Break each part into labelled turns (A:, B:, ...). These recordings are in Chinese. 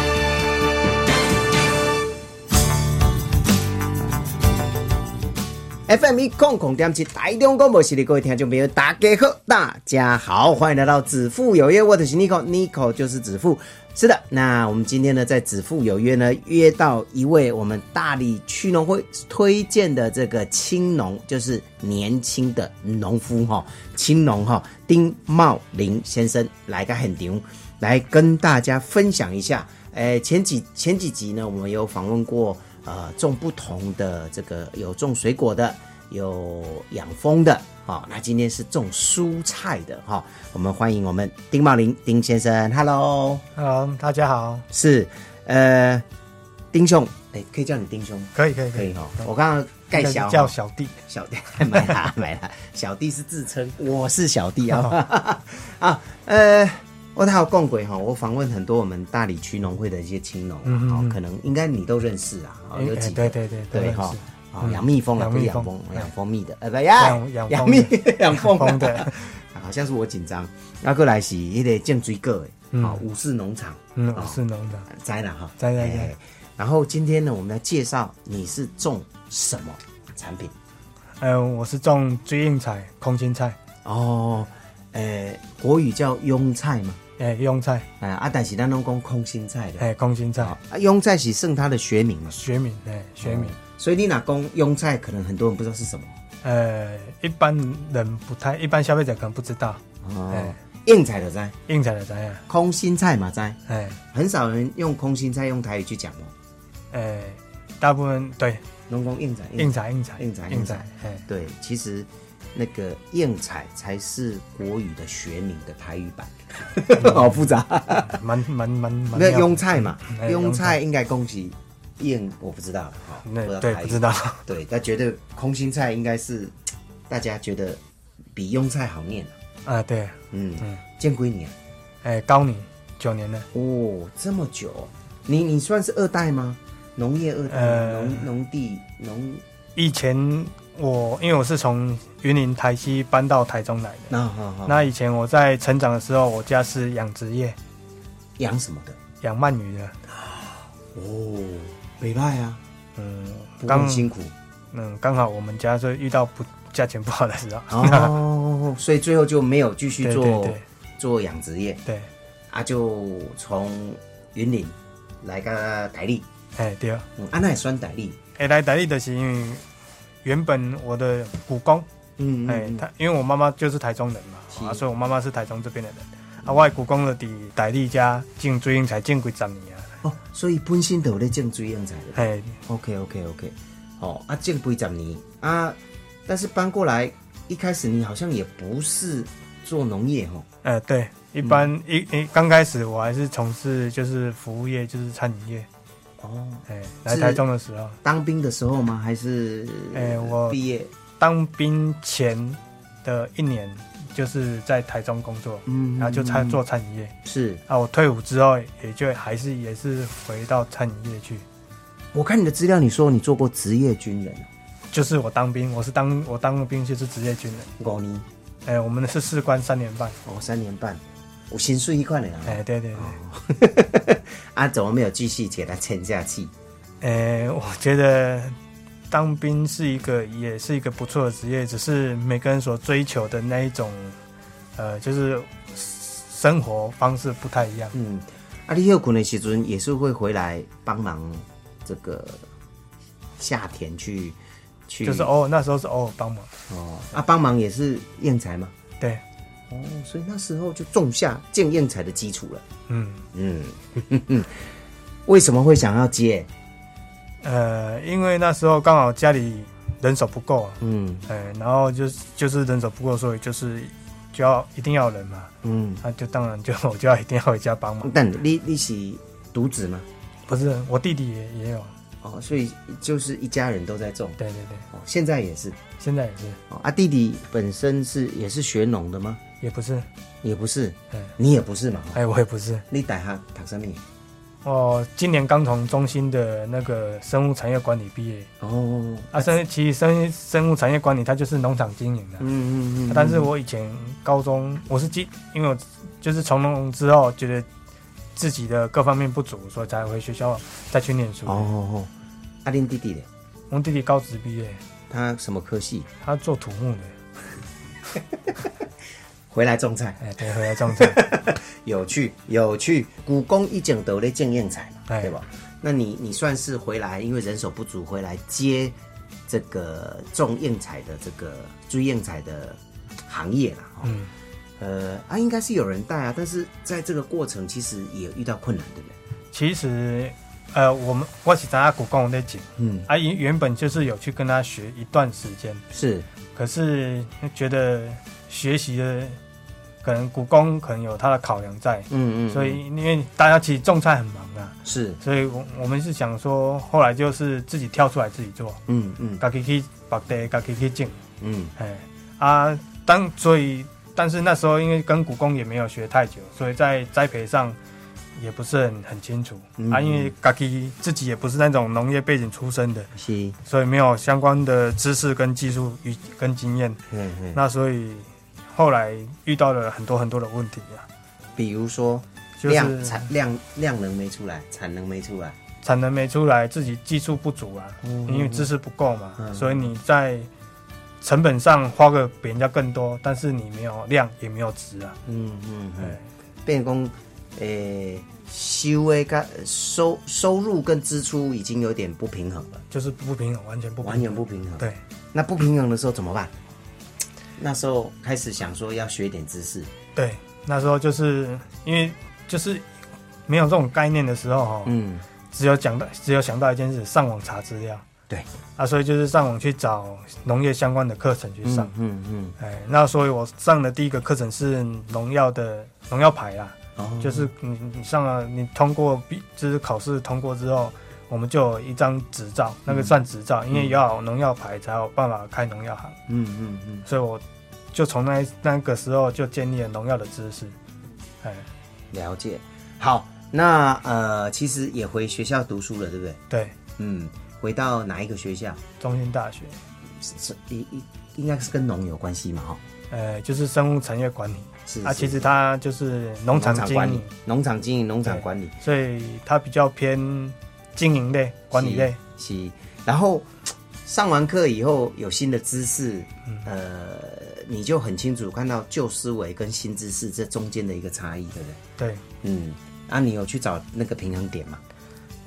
A: FM 一空空点七台中广播系列各位听众朋友，大家好，大家好，欢迎来到子父有约，我的是 Nico，Nico 就是子父。是的，那我们今天呢，在子父有约呢，约到一位我们大理区农会推荐的这个青农，就是年轻的农夫哈、青农哈、丁茂林先生来个很牛，来跟大家分享一下。诶，前几前几集呢，我们有访问过呃种不同的这个有种水果的，有养蜂的，哦，那今天是种蔬菜的哈、哦。我们欢迎我们丁茂林丁先生，Hello，
B: Hello，大家好，
A: 是呃丁兄，哎，可以叫你丁兄，
B: 可以可以
A: 可以哈、哦。我刚刚盖小
B: 叫小弟，
A: 小弟， 买啦买啦，小弟是自称，我是小弟
B: 哦
A: 啊啊呃，我他有共轨哈，我访问很多我们大理区农会的一些青农啊，
B: 嗯嗯
A: 哦
B: 嗯
A: 可能应该你都认识啊，哦
B: 哎
A: 有几
B: 哎对
A: 个
B: 对对都
A: 对
B: 认识
A: 哈。啊，
B: 嗯
A: 养蜜蜂啊，
B: 养
A: 不是
B: 蜜
A: 养
B: 蜂
A: 蜂，
B: 哎
A: 养蜂蜜的，呃，不，
B: 养养
A: 养
B: 蜂
A: 蜜
B: 的
A: 养蜂
B: 风
A: 的，
B: 的，
A: 好像是我紧张。啊，过来是迄个种水果的，
B: 嗯
A: 啊，五四农场，
B: 嗯，
A: 哦
B: 我是农的，
A: 摘了哈，
B: 摘摘摘
A: 哎然后今天呢，我们来介绍你是种什么产品
B: 嗯，我是种追硬菜、空心菜、
A: 哦，呃，国语叫庸菜嘛，
B: 哎，蕹菜，
A: 哎啊，但是咱拢讲空心菜的，
B: 哎，空心菜
A: 啊，，庸菜是剩它的学名嘛，
B: 学名，哎，学名
A: 哦，所以你哪公庸菜，可能很多人不知道是什么
B: 呃，一般人不太，一般消费者可能不知道，
A: 哦
B: 哎，
A: 硬菜的摘，
B: 硬菜的怎样？
A: 空心菜嘛摘，
B: 哎，
A: 很少人用空心菜用台语去讲哦，
B: 哎，大部分对
A: 拢讲硬菜，
B: 硬菜、硬菜、
A: 硬菜
B: 硬
A: 硬菜
B: 菜，哎，
A: 对，其实那个硬菜才是国语的学名的台语 版，好复杂。
B: 呃蛮蛮蛮蛮
A: 那
B: 妙的
A: 庸菜嘛，
B: 哎
A: 庸
B: 庸
A: 菜
B: 菜
A: 应该恭喜硬，我不知道了哈，
B: 那
A: 不知道
B: 对
A: 台语
B: 不知道，
A: 对，但觉得空心菜应该是大家觉得比庸菜好念啊
B: 啊，对，
A: 嗯
B: 嗯，
A: 见归你啊，
B: 哎，高你九年了，
A: 哦，这么久哦，你你算是二代吗？农业二代吗，
B: 呃
A: 农农地农
B: 以前我因为我是从云林台西搬到台中来的。
A: 那啊好好
B: 那以前我在成长的时候，我家是养殖业，
A: 养什么的？
B: 养鳗鱼的。
A: 哦，北派啊，
B: 嗯，
A: 不过
B: 刚
A: 很辛 苦
B: 嗯刚好我们家就遇到不价钱不好的时候，
A: 哦，所以最后就没有继续
B: 对
A: 做
B: 对对
A: 做养殖业
B: 对，
A: 啊，就从云林来个台历，
B: 哎对，
A: 嗯，啊那也算台历，
B: 哎来台里的是因为原本我的古公，
A: 嗯
B: 哎
A: 嗯嗯
B: 他因为我妈妈就是台中人嘛，
A: 是
B: 啊所以我妈妈是台中这边的人，啊我的古公就伫台里家进最近才进几十年啊，
A: 哦，所以本身都有咧种水养菜的
B: 哎
A: ，OK OK OK，哦啊种几十年啊，但是搬过来一开始你好像也不是做农业哦，
B: 呃对，一般、
A: 嗯
B: 一一刚开始我还是从事就是服务业，就是餐饮业，
A: 哦，
B: 哎来
A: 是
B: 台中的时候。
A: 当兵的时候吗？还是
B: 哎我
A: 毕业，
B: 当兵前的一年，就是在台中工作，
A: 嗯
B: 然后就餐做餐饮业。
A: 是，
B: 啊，我退伍之后也就还是也是回到餐饮业去。
A: 我看你的资料，你说你做过职业军人，啊
B: 就是我当兵，我是当我当兵就是职业军人，
A: 五年。
B: 哎、我们是士官三年半，
A: 哦，三年半，我薪水一块了
B: 哎、对对
A: 哦
B: 对，
A: 啊，怎么没有继续给他撑下去？
B: 哎、我觉得当兵是一个也是一个不错的职业，只是每个人所追求的那一种，呃，就是生活方式不太一样。
A: 嗯，啊，你休困的时阵也是会回来帮忙这个下田去去，
B: 就是哦偶尔那时候是偶尔帮忙，
A: 哦，啊，帮忙也是燕财嘛。
B: 对，
A: 哦，所以那时候就种下建燕财的基础了。
B: 嗯。
A: 嗯， 为什么会想要接？
B: 呃，因为那时候刚好家里人手不够，
A: 嗯
B: 哎、然后就是就是人手不够，所以就是就要一定要人嘛，
A: 嗯，
B: 那、就当然就我就要一定要回家帮忙。
A: 但你你是独子吗？
B: 不是，我弟弟也也有，
A: 哦，所以就是一家人都在种。
B: 对对对，
A: 哦，现在也是。
B: 现在也是，
A: 哦啊，弟弟本身是也是学农的吗？
B: 也不是，
A: 也不是
B: 嗯，
A: 你也不是嘛，哦
B: 哎，我也不是。
A: 你大下读什么？
B: 哦，今年刚从中心的那个生物产业管理毕业
A: 哦，
B: 啊，生其实生生物产业管理它就是农场经营的、啊
A: 嗯
B: 但是我以前高中我是基，因为我就是从农之后觉得自己的各方面不足，所以才回学校再去念书。
A: 哦哦，阿林弟弟嘞，
B: 我弟弟高职毕业，
A: 他什么科系？
B: 他做土木的，
A: 哦回来种菜，
B: 哎，对，回来种菜。
A: 有趣有趣。古公一整都在种应菜嘛，
B: 哎
A: 对吧？那你你算是回来，因为人手不足，回来接这个种应采的这个追应采的行业啦。哦、
B: 嗯，
A: 呃，啊，应该是有人带啊，但是在这个过程其实也遇到困难，对不对？
B: 其实呃，我们我是在古工在景，
A: 嗯，
B: 啊，原原本就是有去跟他学一段时间，
A: 是，
B: 可是觉得学习的可能古工可能有他的考量在，
A: 嗯嗯，
B: 所以因为大家其实种菜很忙啊，
A: 是，
B: 所以我我们是想说，后来就是自己跳出来自己做，
A: 嗯嗯
B: 自己去白地，自己去种，
A: 嗯，
B: 哎啊，当所以但是那时候因为跟古工也没有学太久，所以在栽培上也不是很很清楚、
A: 嗯
B: 啊，因为自己自己也不是那种农业背景出身的，
A: 是，
B: 所以没有相关的知识跟技术与跟经验，
A: 嗯嗯，
B: 那所以后来遇到了很多很多的问题啊，
A: 比如说
B: 就
A: 量
B: 是
A: 产量量能没出来，产能没出来，
B: 产能没出来，自己技术不足啊，因为知识不够嘛，
A: 嗯
B: 所以你在成本上花个比人家更多，但是你没有量也没有值啊，
A: 嗯嗯嗯
B: 哎，
A: 变成讲诶、收诶，跟收收入跟支出已经有点不平衡了，
B: 就是不平衡，完全不平
A: 完
B: 衡。
A: 全不平衡。，
B: 对，
A: 那不平衡的时候怎么办？那时候开始想说要学一点知识，
B: 对，那时候就是因为就是没有这种概念的时候哦，
A: 嗯，
B: 只有讲到只有想到一件事，上网查资料
A: 对，
B: 啊，所以就是上网去找农业相关的课程去上。
A: 嗯嗯，
B: 哎，那所以我上的第一个课程是农药的农药牌啊啦，
A: 哦
B: 就是你你上了你通过比就是考试通过之后，我们就有一张执照，那
A: 嗯
B: 个算执照，因为要有农药牌才有办法开农药行，
A: 嗯嗯嗯，
B: 所以我就从那那个时候就建立了农药的知识。哎，
A: 了解。好，那呃，其实也回学校读书了，对不对？
B: 对，
A: 嗯，回到哪一个学校？
B: 中兴大学，
A: 是是应应应该是跟农有关系嘛，哈、
B: 呃，就是生物产业管理
A: 是
B: 啊，
A: 是
B: 其实它就是农场经
A: 管理
B: 营，、
A: 农场经营、农场管理。
B: 所以它比较偏经营类、管理类。
A: 是，是然后上完课以后有新的知识，
B: 嗯
A: 呃，你就很清楚看到旧思维跟新知识这中间的一个差异，对不对？
B: 对，
A: 嗯，啊，你有去找那个平衡点嘛？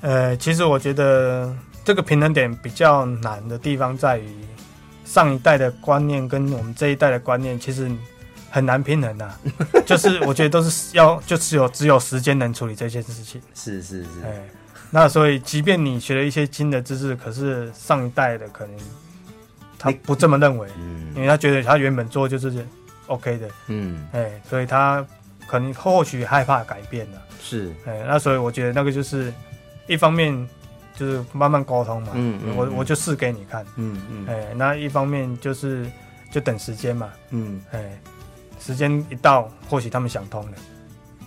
B: 呃，其实我觉得这个平衡点比较难的地方在于，上一代的观念跟我们这一代的观念其实很难平衡啊。就是我觉得都是要，就只有只有时间能处理这些事情。
A: 是是是，
B: 哎，那所以即便你学了一些新的知识，可是上一代的可能他
A: 你
B: 不这么认为，因
A: 嗯
B: 为他觉得他原本做就是 OK 的，
A: 嗯，
B: 哎，所以他可能或许害怕改变了、
A: 是，
B: 哎，那所以我觉得那个就是一方面就是慢慢沟通嘛，
A: 嗯嗯
B: 我
A: 嗯
B: 我就试给你看，
A: 嗯嗯
B: 哎，那一方面就是就等时间嘛，
A: 嗯。
B: 哎，时间一到，或许他们想通了，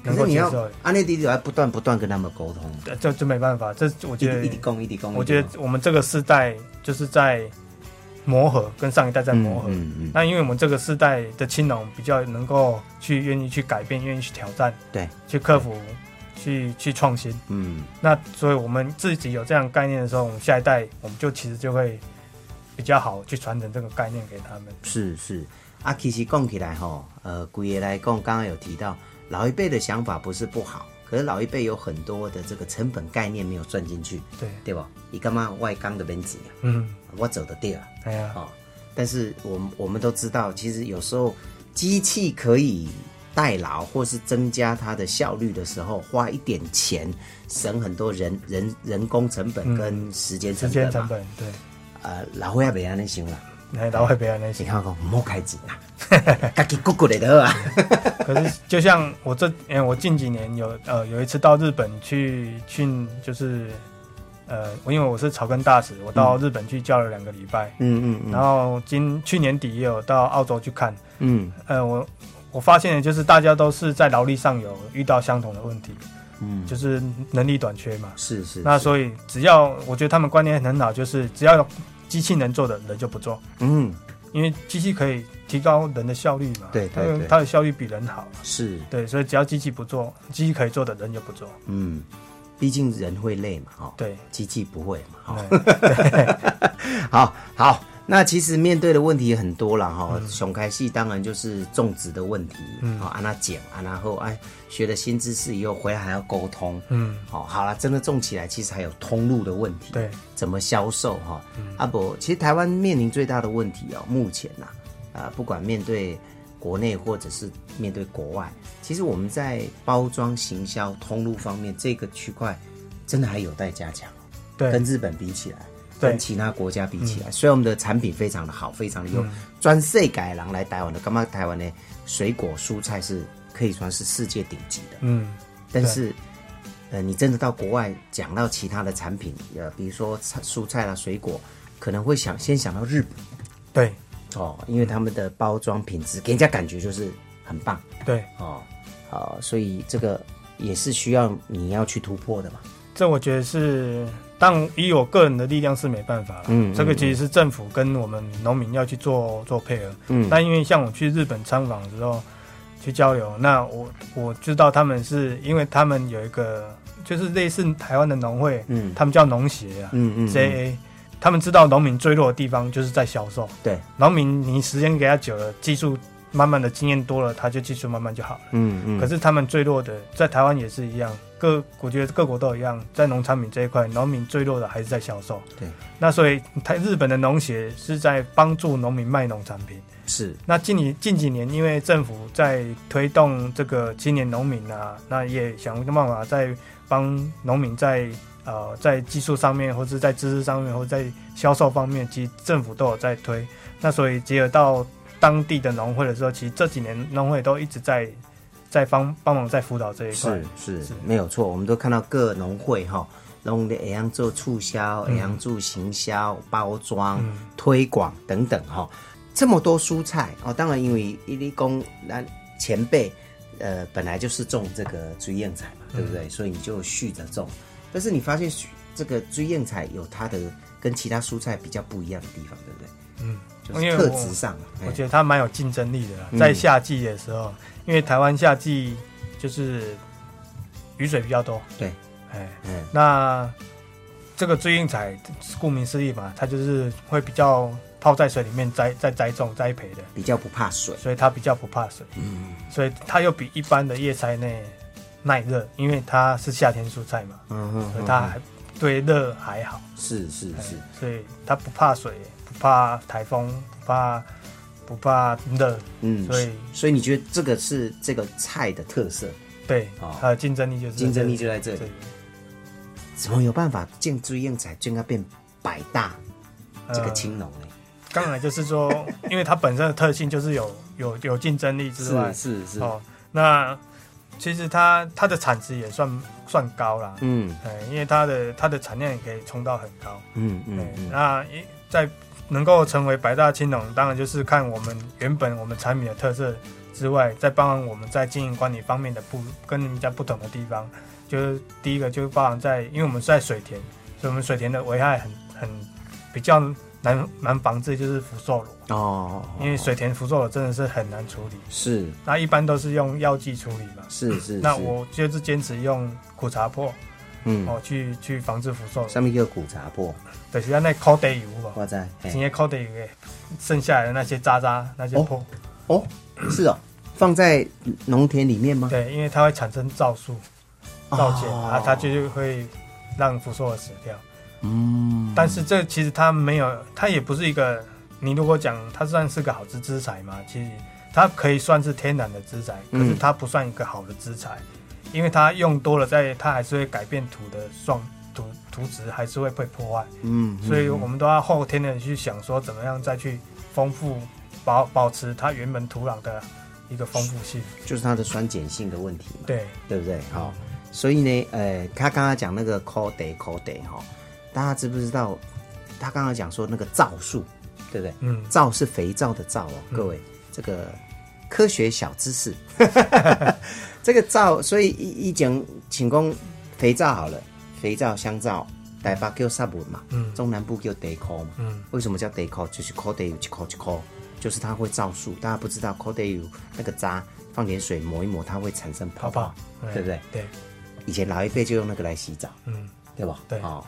A: 可
B: 能
A: 是
B: 够
A: 你
B: 接
A: 要
B: 受了，
A: 安内弟弟要不断不断跟他们沟通，
B: 呃这这没办法，这我
A: 一
B: 觉
A: 直一直
B: 得
A: 攻一直攻。
B: 我觉
A: 一直
B: 得我们这个世代就是在磨合，跟上一代在
A: 攻
B: 磨合。
A: 嗯嗯嗯，
B: 那因为我们这个世代的青农比较能够去愿意去改变，愿意去挑战，
A: 嗯对，
B: 去克服，去去创新。
A: 嗯
B: 那所以我们自己有这样概念的时候，我们下一代我们就其实就会比较好去传承这个概念给他们。
A: 是是，啊，其实讲起来吼，呃，规个来讲，刚刚有提到老一辈的想法不是不好，可是老一辈有很多的这个成本概念没有算进去，
B: 对，
A: 对吧？你干嘛外刚的边钱啊？
B: 嗯，
A: 我走的对啊，
B: 哎呀，
A: 哦。但是我们我们都知道，其实有时候机器可以代劳或是增加它的效率的时候，花一点钱省很多人人人工成本跟时间
B: 嗯时
A: 成
B: 间
A: 本
B: 成
A: 嘛。
B: 本，对，
A: 呃，老伙仔袂安尼想啦，
B: 哎，老会别人那
A: 你
B: 些。
A: 看讲唔好开钱啦，家己骨骨的得啊。
B: 可是就像我这，哎，我近几年有呃有一次到日本去去就是。呃，我因为我是草根大使，我到日本去教了两个礼拜，
A: 嗯嗯
B: 然后今去年底也有到澳洲去看。
A: 嗯
B: 呃，我我发现的就是大家都是在劳力上有遇到相同的问题，
A: 嗯，
B: 就是能力短缺嘛。
A: 是是，
B: 那
A: 是
B: 所以只要我觉得他们观念很好，就是只要机器能做的人就不做，
A: 嗯
B: 因为机器可以提高人的效率嘛。
A: 对对
B: 它的
A: 对
B: 它的效率比人好。
A: 是
B: 对，所以只要机器不做，机器可以做的人就不做。
A: 嗯，毕竟人会累嘛，哈、哦，，
B: 对，
A: 机器不会嘛，哈、
B: 嗯
A: 好好，那其实面对的问题也很多了哈。熊开戏当然就是种植的问题，
B: 嗯
A: 啊好、安娜讲，安娜后哎，学了新知识以后回来还要沟通，
B: 嗯，
A: 好、好了，真的种起来其实还有通路的问题，
B: 对，嗯
A: 怎么销售哈？阿、伯、其实台湾面临最大的问题哦，目前呐、啊，不管面对国内或者是面对国外，其实我们在包装、行销、通路方面这个区块，真的还有待加强。跟
B: 对，
A: 日本比起来，
B: 对嗯
A: 跟其他国家比起来，虽然我们的产品非常的好，非常的优，专世改良来台湾的，干嘛台湾的水果蔬菜是可以算是世界顶级的，
B: 嗯，
A: 但是。呃，你真的到国外讲到其他的产品，呃，比如说菜蔬菜啦、水果，可能会想先想到日本
B: 对，
A: 哦，因为他们的包装品质给人家感觉就是很棒
B: 对，
A: 哦，好、所以这个也是需要你要去突破的嘛。
B: 这我觉得是，但以我个人的力量是没办法了。
A: 嗯
B: 这
A: 嗯
B: 个其实是政府跟我们农民要去做做配合。
A: 嗯
B: 但因为像我去日本参访之后去交流，那我我知道他们是因为他们有一个就是类似台湾的农会，
A: 嗯
B: 他们叫农协啊、
A: 嗯嗯，嗯
B: JA，他们知道农民最弱的地方就是在销售。
A: 对，
B: 农民你时间给他久了，技术慢慢的经验多了，他就技术慢慢就好了。
A: 嗯嗯，
B: 可是他们最弱的，在台湾也是一样，各我觉得各国都一样，在农产品这一块，农民最弱的还是在销售。
A: 对，
B: 那所以台日本的农协是在帮助农民卖农产品。
A: 是
B: 那近年近几年，因为政府在推动这个青年农民啊，那也想办法在帮农民在呃在技术上面，或是在知识上面，或者在销售方面，其实政府都有在推。那所以结合到当地的农会的时候，其实这几年农会都一直在在帮帮忙在辅导这一块。
A: 是是
B: 是
A: 没有错，我们都看到各农会哈，弄的怎样做促销，
B: 嗯
A: 怎样做行销、包装、推广等等哈，这么多蔬菜哦，当然因为伊利公那前辈呃本来就是种这个追燕菜嘛，
B: 嗯
A: 对不对？所以你就续着种，但是你发现这个追燕菜有它的跟其他蔬菜比较不一样的地方，对不对？
B: 嗯，
A: 就
B: 因
A: 是
B: 为
A: 特
B: 我
A: 质上，哎
B: 我觉
A: 得
B: 得它蛮有竞争力的啦，
A: 嗯
B: 在夏季的时候，因为台湾夏季就是雨水比较多，
A: 对，
B: 哎，
A: 嗯
B: 那这个追应彩，顾名思义嘛，它就是会比较泡在水里面栽再栽种栽培的，
A: 比较不怕水，
B: 所以它比较不怕水，
A: 嗯
B: 所以它又比一般的叶菜类耐热，因为它是夏天蔬菜嘛，
A: 嗯哼
B: 所以
A: 哼
B: 它还对热还好，
A: 是是
B: 哎
A: 是，
B: 所以它不怕水，不怕台风，不怕不怕热，
A: 嗯，
B: 所以
A: 所以你觉得这个是这个菜的特色，
B: 对
A: 哦
B: 它的竞争力就是
A: 竞争力就在这
B: 这
A: 里
B: 里。。
A: 怎么有办法建追燕彩竟然变百大这个
B: 呃
A: 青龙呢？
B: 当然就 是说，因为它本身的特性就是有有有竞争力之呃外，
A: 是是
B: 哦，那其实它它的产值也算算高啦，
A: 嗯
B: 哎、因为它的它的产量也可以冲到很高，
A: 嗯
B: 哎、
A: 嗯嗯，
B: 那一在能够成为百大青龙，当然就是看我们原本我们产品的特色之外，再帮我们在经营管理方面的不跟人家不同的地方，就是第一个就是包含在，因为我们是在水田，所以我们水田的危害很很比较难难防治，就是福寿
A: 哦，
B: 螺。
A: 哦
B: 因为水田福寿螺真的是很难处理，
A: 是
B: 那一般都是用药剂处理嘛。
A: 是是，
B: 那
A: 是
B: 我就是坚持用苦茶粕
A: 嗯，
B: 哦去去防治福寿螺，
A: 上面一个苦茶粕，
B: 就是咱那烤地油嘛，
A: 哇塞，嘿
B: 直接烤地油的剩下来的那些渣渣那些粕，
A: 哦，是哦，放在农田里面吗？
B: 对，因为它会产生皂素、皂碱、
A: 哦
B: 啊，它就是会让福寿螺死掉。
A: 嗯，
B: 但是这其实它没有，它也不是一个，你如果讲它算是个好之资材嘛，其实它可以算是天然的资材，可是
A: 嗯
B: 它不算一个好的资材，因为它用多了在，它还是会改变土的状土土质，还是会被破坏，
A: 嗯，
B: 所以我们都要后天的去想说怎么样再去丰富保保持它原本土壤的一个丰富性，
A: 就是它的酸碱性的问题嘛。
B: 对
A: 对不对？好、所以呢，呃，他刚刚讲那个 c o d a y c o d a y 哈，大家知不知道？他刚刚讲说那个皂素，对不对？
B: 嗯
A: 嗯皂是肥皂的皂哦，各位，这个科学小知识。 这个皂，所以一一讲，请讲肥皂好了，肥皂、香皂，台北叫萨文嘛，嗯，中南部叫 d e c o 嘛，嗯，为什么叫 d e c o 就是 c o d e 有一颗一颗，就是它会皂素，大家不知道 c o d e 有那个渣，放点水抹一抹，它会产生泡
B: 好不
A: 泡
B: 好，？
A: 对不对？
B: 对，
A: 以前老一辈就用那个来洗澡，
B: 嗯，
A: 对吧？
B: 对
A: 哦。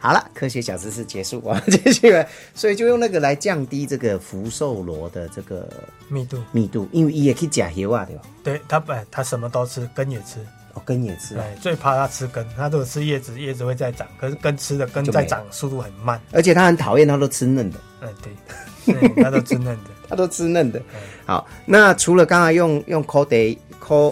A: 好了，科学小知识结束，我 们继续了。所以就用那个来降低这个福寿螺的这个
B: 密度，
A: 密度，因为它也可以假油啊，对吧？
B: 对它本它什么都吃，根也吃，
A: 哦，根也吃啊，
B: 哎，最怕它吃根，它如果吃叶子，叶子会再长，可是根吃的根
A: 就没
B: 再
A: 了
B: 长速度很慢，
A: 而且它很讨厌，它都吃嫩的，
B: 哎，对，对，它都吃嫩的，
A: 它都吃嫩的。好，那除了刚才用用 c o d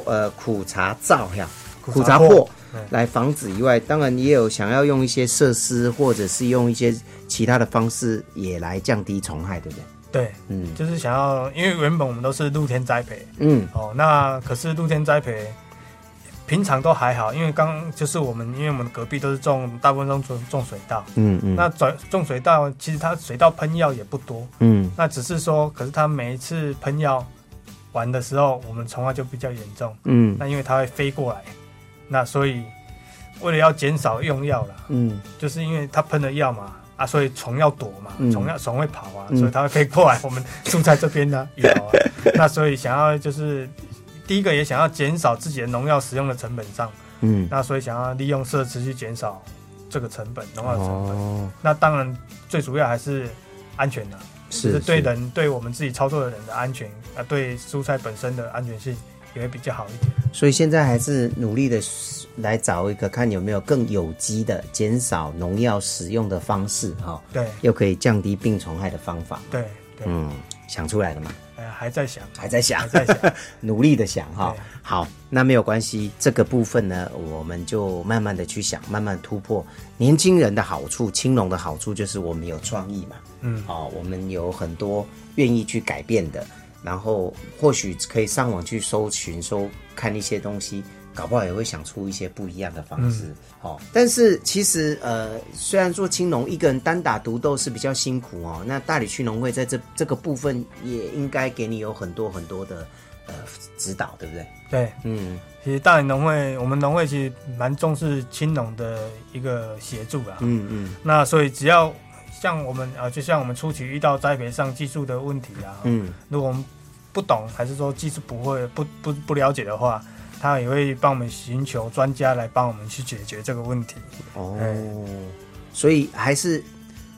A: 呃苦茶皂呀，苦
B: 苦
A: 茶
B: 茶
A: 粕
B: 粕嗯
A: 来防止以外，当然也有想要用一些设施，或者是用一些其他的方式也来降低虫害，对不对？
B: 对，
A: 嗯
B: 就是想要，因为原本我们都是露天栽培，
A: 嗯，
B: 哦，那可是露天栽培，平常都还好，因为刚就是我们，因为我们隔壁都是种，大部分都种种水稻。
A: 嗯嗯，
B: 那种种水稻，其实它水稻喷药也不多，
A: 嗯
B: 那只是说，可是它每一次喷药完的时候，我们虫害就比较严重。
A: 嗯
B: 那因为它会飞过来，那所以为了要减少用药啦，
A: 嗯，
B: 就是因为它喷了药嘛，啊，所以虫要躲嘛
A: 嗯，
B: 虫要虫会跑啊，
A: 嗯
B: 所以它会飞过来我们种在这边呢、有 啊，那所以想要就是第一个也想要减少自己的农药使用的成本上，
A: 嗯
B: 那所以想要利用设施去减少这个成本农药的成本。
A: 哦，
B: 那当然最主要还是安全啦、就是是对人对我们自己操作的人的安全啊，对蔬菜本身的安全性也会比较好一点。
A: 所以现在还是努力的来找一个看有没有更有机的减少农药使用的方式哈、
B: 对
A: 又可以降低病虫害的方法。
B: 对对，
A: 嗯，想出来了吗？
B: 呃，还在想，
A: 还在想，
B: 还在想，
A: 努力的想哈
B: 对。
A: 好，那没有关系，这个部分呢，我们就慢慢的去想，慢慢突破。年轻人的好处，青农的好处就是我们有创意嘛，
B: 嗯
A: 哦，我们有很多愿意去改变的，然后或许可以上网去搜寻、搜看一些东西，搞不好也会想出一些不一样的方式。哦，但是其实呃，虽然说青农一个人单打独斗是比较辛苦哦，那大理区农会在这这个部分也应该给你有很多很多的呃指导，对不对？
B: 对。
A: 嗯
B: 其实大理农会，我们农会其实蛮重视青农的一个协助啦。
A: 嗯嗯
B: 那所以只要像我们啊、呃就像我们初期遇到栽培上技术的问题啊，
A: 嗯，
B: 如果我们不懂还是说技术不会不不不了解的话，他也会帮我们寻求专家来帮我们去解决这个问题。
A: 哦
B: 哎，
A: 所以还是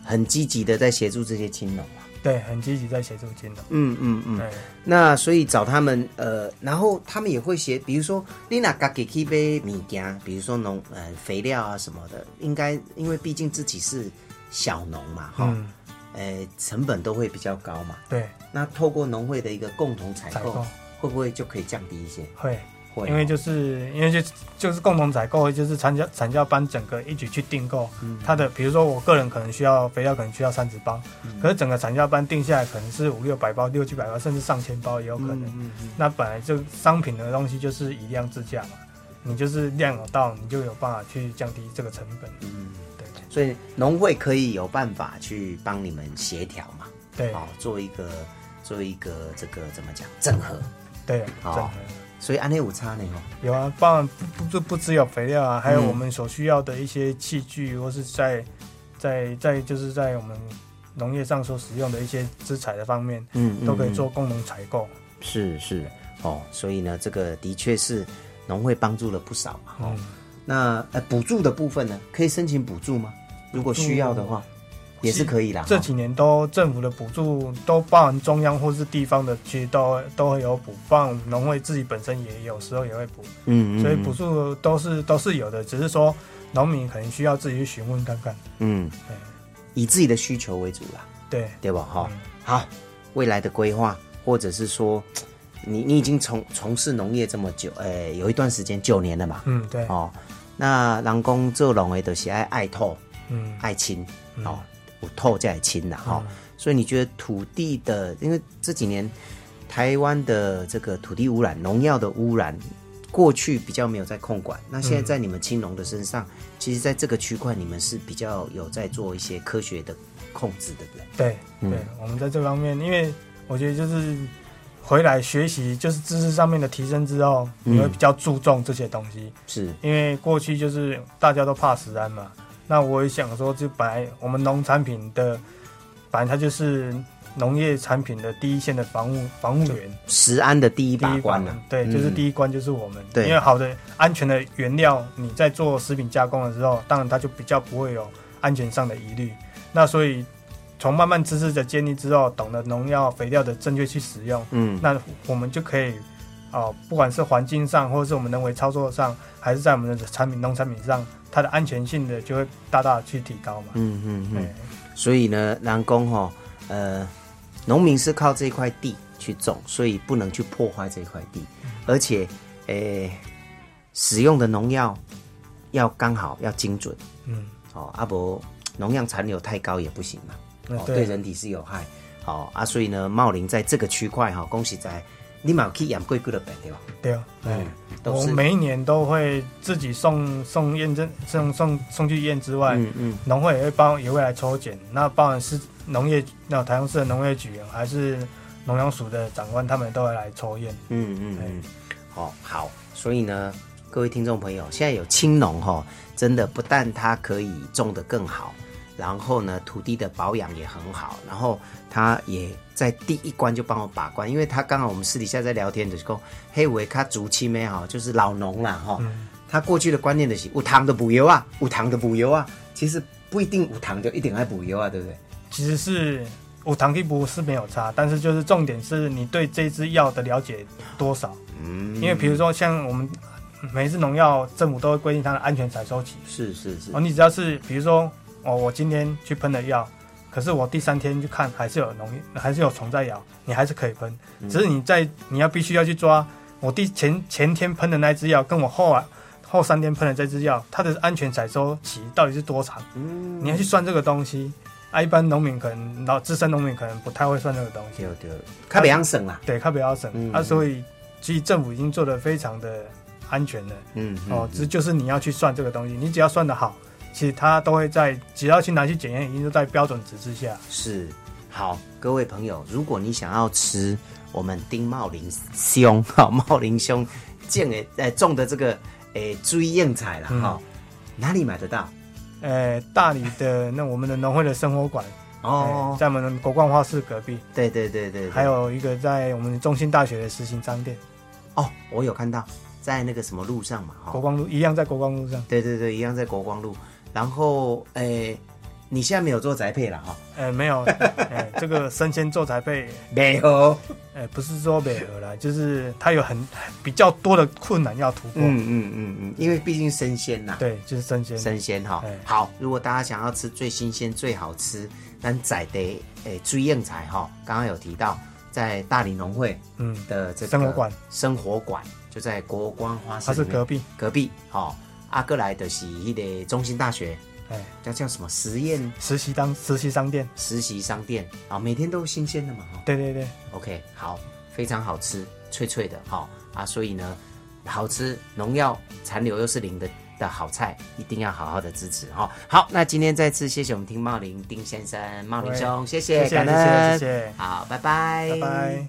A: 很积极的在协助这些青农啊。
B: 对，很积极在协助青农。
A: 嗯嗯嗯。
B: 对
A: 那所以找他们，呃，然后他们也会写，比如说你那家己去买物件，比如说农呃肥料啊什么的，应该因为毕竟自己是小农嘛，哈、
B: 嗯，
A: 呃，成本都会比较高嘛。
B: 对，
A: 那透过农会的一个共同采
B: 采
A: 购
B: 购，
A: 会不会就可以降低一些？
B: 会，
A: 会哦，
B: 因为就是因为就就是共同采购，就是产教产教班整个一起去订购，
A: 嗯
B: 它的比如说我个人可能需要肥料，可能需要三十包，
A: 嗯
B: 可是整个产教班定下来可能是五六百包、六七百包，甚至上千包也有可
A: 嗯
B: 能。那本来就商品的东西就是以量制价嘛，你就是量有到，你就有办法去降低这个成本。嗯，对
A: 所以农会可以有办法去帮你们协调嘛，
B: 对
A: 哦，做一个做一个这个怎么讲整合，
B: 对，
A: 好
B: 真的
A: 所以安内有差呢哦。
B: 有啊，当然不不不只有肥料啊，还有我们所需要的一些器具，或是在在在就是在我们农业上所使用的一些资材的方面，
A: 嗯
B: 都可以做共同采购。
A: 是是哦，所以呢，这个的确是农会帮助了不少嘛。哦，
B: 嗯
A: 那呃补助的部分呢，可以申请补助吗？如果需要的话，也是可以啦。
B: 这
A: 哦
B: 几年都政府的补助都包含中央或是地方的，其实都都会有补，包含农会自己本身也有时候也会补，
A: 嗯嗯，
B: 所以补助都是都是有的，只是说农民可能需要自己去询问看看。
A: 嗯，
B: 对
A: 以自己的需求为主啦，
B: 对
A: 对吧？哈、
B: 嗯
A: 好，未来的规划，或者是说，你你已经从从事农业这么久，呃，有一段时间九年了嘛。
B: 嗯对
A: 哦，那人工做农的都是爱爱透，
B: 嗯
A: 爱亲哦，有透才会亲啦哈、哦所以你觉得土地的，因为这几年台湾的这个土地污染、农药的污染，过去比较没有在控管，那现在在你们青农的身上，其实在这个区块你们是比较有在做一些科学的控制，对不对？
B: 对对，我们在这方面，因为我觉得就是回来学习，就是知识上面的提升之后，你会比较注重这些东西。
A: 是
B: 因为过去就是大家都怕食安嘛，那我也想说，就本来我们农产品的，本来它就是农业产品的第一线的防务防务员，
A: 食安的第一
B: 第
A: 把
B: 一
A: 关了、
B: 对，
A: 嗯
B: 就是第一关就是我们，
A: 对
B: 因为好的安全的原料，你在做食品加工的时候，当然它就比较不会有安全上的疑虑，那所以从慢慢知识的建立之后，懂得农药肥料的正确去使用，
A: 嗯，
B: 那我们就可以哦、不管是环境上，或者是我们人为操作上，还是在我们的产品农产品上，它的安全性的就会大大地去提高嘛。
A: 嗯嗯
B: 对
A: 嗯，所以呢，南宫哈，呃，农民是靠这块地去种，所以不能去破坏这块地，而且，诶、使用的农药要刚好，要精准
B: 嗯，
A: 哦，阿、啊、伯农药残留太高也不行嘛，
B: 那
A: 哦，对
B: 对
A: 人体是有害。哦啊，所以呢，茂林在这个区块哈，恭喜在你嘛有去养贵贵的本对吧？
B: 对哦，哎，
A: 都
B: 我
A: 是
B: 每一年都会自己送送验证送送送去验之外，
A: 嗯嗯
B: 农会也会帮也会来抽检，那包含是农业那台中市的农业局还是农粮署的长官，他们都会来抽验。
A: 嗯嗯嗯，哦好，所以呢，各位听众朋友，现在有青农哈、真的不但它可以种得更好，然后呢，土地的保养也很好，然后它也在第一关就帮我把关，因为它刚好我们私底下在聊天的时候，黑尾他竹青妹哈，就是老农啦哈、他过去的观念的是，有糖的补油啊，有糖的补油啊，其实不一定有糖就一定爱补油啊，对不对？
B: 其实是我糖地不是没有差，但是就是重点是你对这支药的了解多少。
A: 嗯，
B: 因为比如说像我们每一次农药，政府都会规定它的安全采收期。
A: 是是是
B: 哦，，你只要是比如说哦，我今天去喷了药，可是我第三天去看还是有农还是有虫在咬，你还是可以喷，只是你在你要必须要去抓我第前前天喷的那支药，跟我后啊后三天喷的这支药，它的安全采收期到底是多长？你要去算这个东西。啊，一般农民可能老资深农民可能不太会算这个东西
A: 对，对，较袂养省啦，
B: 对，他比较省、
A: 嗯
B: 啊，所以其实政府已经做得非常的安全了。
A: 嗯
B: 哦，只就是你要去算这个东西，你只要算得好，其实它都会在，只要去拿去检验，一定都在标准值之下。
A: 是，好，各位朋友，如果你想要吃我们丁茂林兄哈，茂林兄种的呃种的这个诶追燕菜啦哈、
B: 嗯
A: 哪里买得到？
B: 呃，大理的那我们的农会的生活馆，
A: 哦
B: 呃，在我们国光花市隔壁，
A: 对对对对，对
B: 还有一个在我们中兴大学的实行商店，
A: 哦，我有看到在那个什么路上嘛哈、
B: 国光路一样在国光路上。
A: 哦对对对，一样在国光路，然后诶。你现在没有做宅配了哈？
B: 呃，没有， 呃，这个生鲜做宅配，
A: 没有。
B: 呃，不是说美和啦，就是它有很比较多的困难要突破。
A: 嗯嗯嗯嗯，因为毕竟生鲜呐。
B: 对，就是生鲜。
A: 生鲜哈
B: 哎。
A: 好，如果大家想要吃最新鲜、最好吃，咱仔的诶最硬仔哈，刚刚有提到在大理农会
B: 嗯，
A: 的这个
B: 生活馆，
A: 生活馆就在国光花市，
B: 它是隔壁，
A: 隔壁哈。阿哥来的是一个中心大学，
B: 哎，
A: 叫叫什么实验
B: 实习当实习商店，
A: 实习商店啊，每天都新鲜的嘛哈。
B: 对对对，
A: OK，好，非常好吃，脆脆的哈、啊，所以呢，好吃，农药残留又是零的的好菜，一定要好好的支持哈、好，那今天再次谢谢我们听茂林丁先生、茂林兄，谢谢，
B: 谢谢
A: 感恩，
B: 谢谢谢谢
A: 好，拜
B: 拜拜。